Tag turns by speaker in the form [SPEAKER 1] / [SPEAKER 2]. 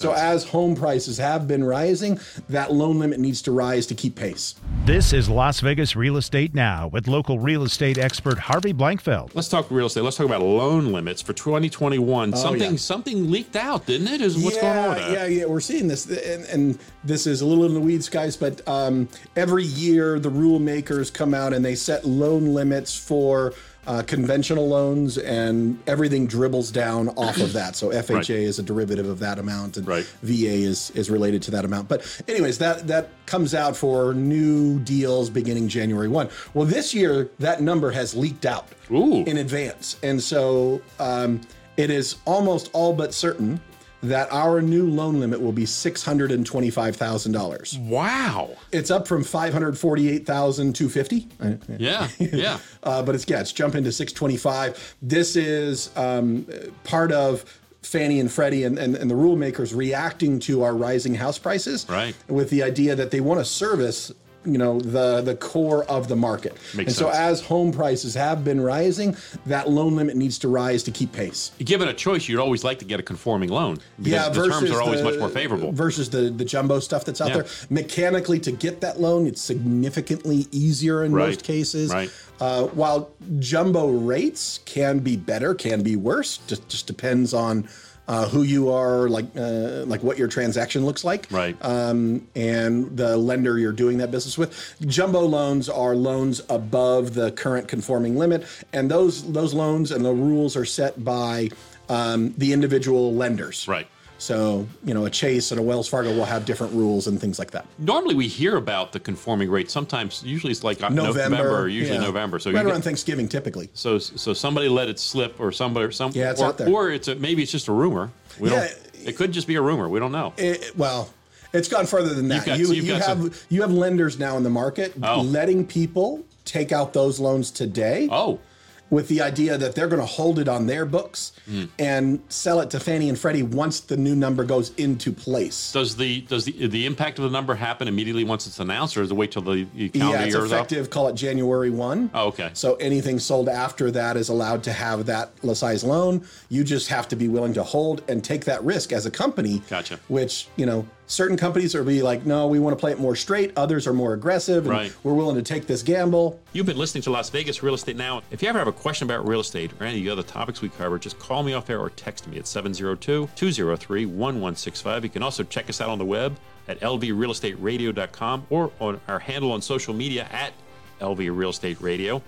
[SPEAKER 1] So as home prices have been rising, that loan limit needs to rise to keep pace.
[SPEAKER 2] This is Las Vegas Real Estate Now with local real estate expert Harvey Blankfeld.
[SPEAKER 3] Let's talk real estate. Let's talk about loan limits for 2021. something
[SPEAKER 1] Oh, yeah.
[SPEAKER 3] something leaked out, didn't it? Is what's
[SPEAKER 1] yeah,
[SPEAKER 3] going on with that?
[SPEAKER 1] Yeah, yeah, we're seeing this, and, and this is a little in the weeds, guys. But um, every year, the rule makers come out and they set loan limits for uh, conventional loans, and everything dribbles down off of that. So FHA
[SPEAKER 3] Right.
[SPEAKER 1] is a derivative of that amount, and
[SPEAKER 3] Right.
[SPEAKER 1] VA is is related to that amount. But anyways, that that comes out for new deals beginning January one. Well, this year that number has leaked out
[SPEAKER 3] Ooh.
[SPEAKER 1] in advance, and so um, it is almost all but certain that our new loan limit will be six hundred and twenty five thousand dollars.
[SPEAKER 3] Wow.
[SPEAKER 1] It's up from five hundred forty eight thousand two fifty.
[SPEAKER 3] Yeah. Yeah.
[SPEAKER 1] Uh, but it's yeah, it's jumping to 625. This is um, part of Fannie and Freddie and, and, and the rule makers reacting to our rising house prices,
[SPEAKER 3] Right.
[SPEAKER 1] With the idea that they want to service, you know, the the core of the market.
[SPEAKER 3] Makes
[SPEAKER 1] and so
[SPEAKER 3] sense.
[SPEAKER 1] as home prices have been rising, that loan limit needs to rise to keep pace.
[SPEAKER 3] Given a choice, you'd always like to get a conforming loan because the terms are always
[SPEAKER 1] the-
[SPEAKER 3] much more favorable.
[SPEAKER 1] Versus the the jumbo stuff that's out
[SPEAKER 3] Yeah.
[SPEAKER 1] there. Mechanically, to get that loan, it's significantly easier in
[SPEAKER 3] Right.
[SPEAKER 1] most cases.
[SPEAKER 3] Right.
[SPEAKER 1] Uh, while jumbo rates can be better, can be worse. Just just depends on. Uh, who you are, like uh, like what your transaction looks like,
[SPEAKER 3] Right.
[SPEAKER 1] Um, and the lender you're doing that business with. Jumbo loans are loans above the current conforming limit, and those those loans and the rules are set by um, the individual lenders.
[SPEAKER 3] Right.
[SPEAKER 1] So, you know, a Chase and a Wells Fargo will have different rules and things like that.
[SPEAKER 3] Normally, we hear about the conforming rate. Sometimes, usually, it's like uh, November, usually
[SPEAKER 1] yeah.
[SPEAKER 3] November. So
[SPEAKER 1] right
[SPEAKER 3] you
[SPEAKER 1] around
[SPEAKER 3] get,
[SPEAKER 1] Thanksgiving, typically.
[SPEAKER 3] so so somebody let it slip, or somebody, some,
[SPEAKER 1] Yeah, it's
[SPEAKER 3] or,
[SPEAKER 1] out there.
[SPEAKER 3] or it's a, maybe it's just a rumor. We
[SPEAKER 1] Yeah.
[SPEAKER 3] don't. It could just be a rumor. We don't know.
[SPEAKER 1] It- well, it's gone further than that.
[SPEAKER 3] You've got-
[SPEAKER 1] you
[SPEAKER 3] you've
[SPEAKER 1] you
[SPEAKER 3] got
[SPEAKER 1] have
[SPEAKER 3] some-
[SPEAKER 1] you have lenders now in the market
[SPEAKER 3] Oh.
[SPEAKER 1] letting people take out those loans today
[SPEAKER 3] oh,
[SPEAKER 1] with the idea that they're going to hold it on their books
[SPEAKER 3] Hmm.
[SPEAKER 1] and sell it to Fannie and Freddie once the new number goes into place.
[SPEAKER 3] Does the does the the impact of the number happen immediately once it's announced, or does it wait till the, the calendar
[SPEAKER 1] yeah, it's
[SPEAKER 3] year is up?
[SPEAKER 1] effective. Call it January one.
[SPEAKER 3] Oh, okay.
[SPEAKER 1] So anything sold after that is allowed to have that size loan. You just have to be willing to hold and take that risk as a company.
[SPEAKER 3] Gotcha.
[SPEAKER 1] Which you know, certain companies are be like, no, we want to play it more straight. Others are more aggressive, and
[SPEAKER 3] Right.
[SPEAKER 1] we're willing to take this gamble.
[SPEAKER 3] You've been listening to Las Vegas Real Estate Now. If you ever have a question about real estate or any of the other topics we cover, just call me off air or text me at 702-203-1165. You can also check us out on the web at lvrealestateradio.com or on our handle on social media at lvrealestateradio.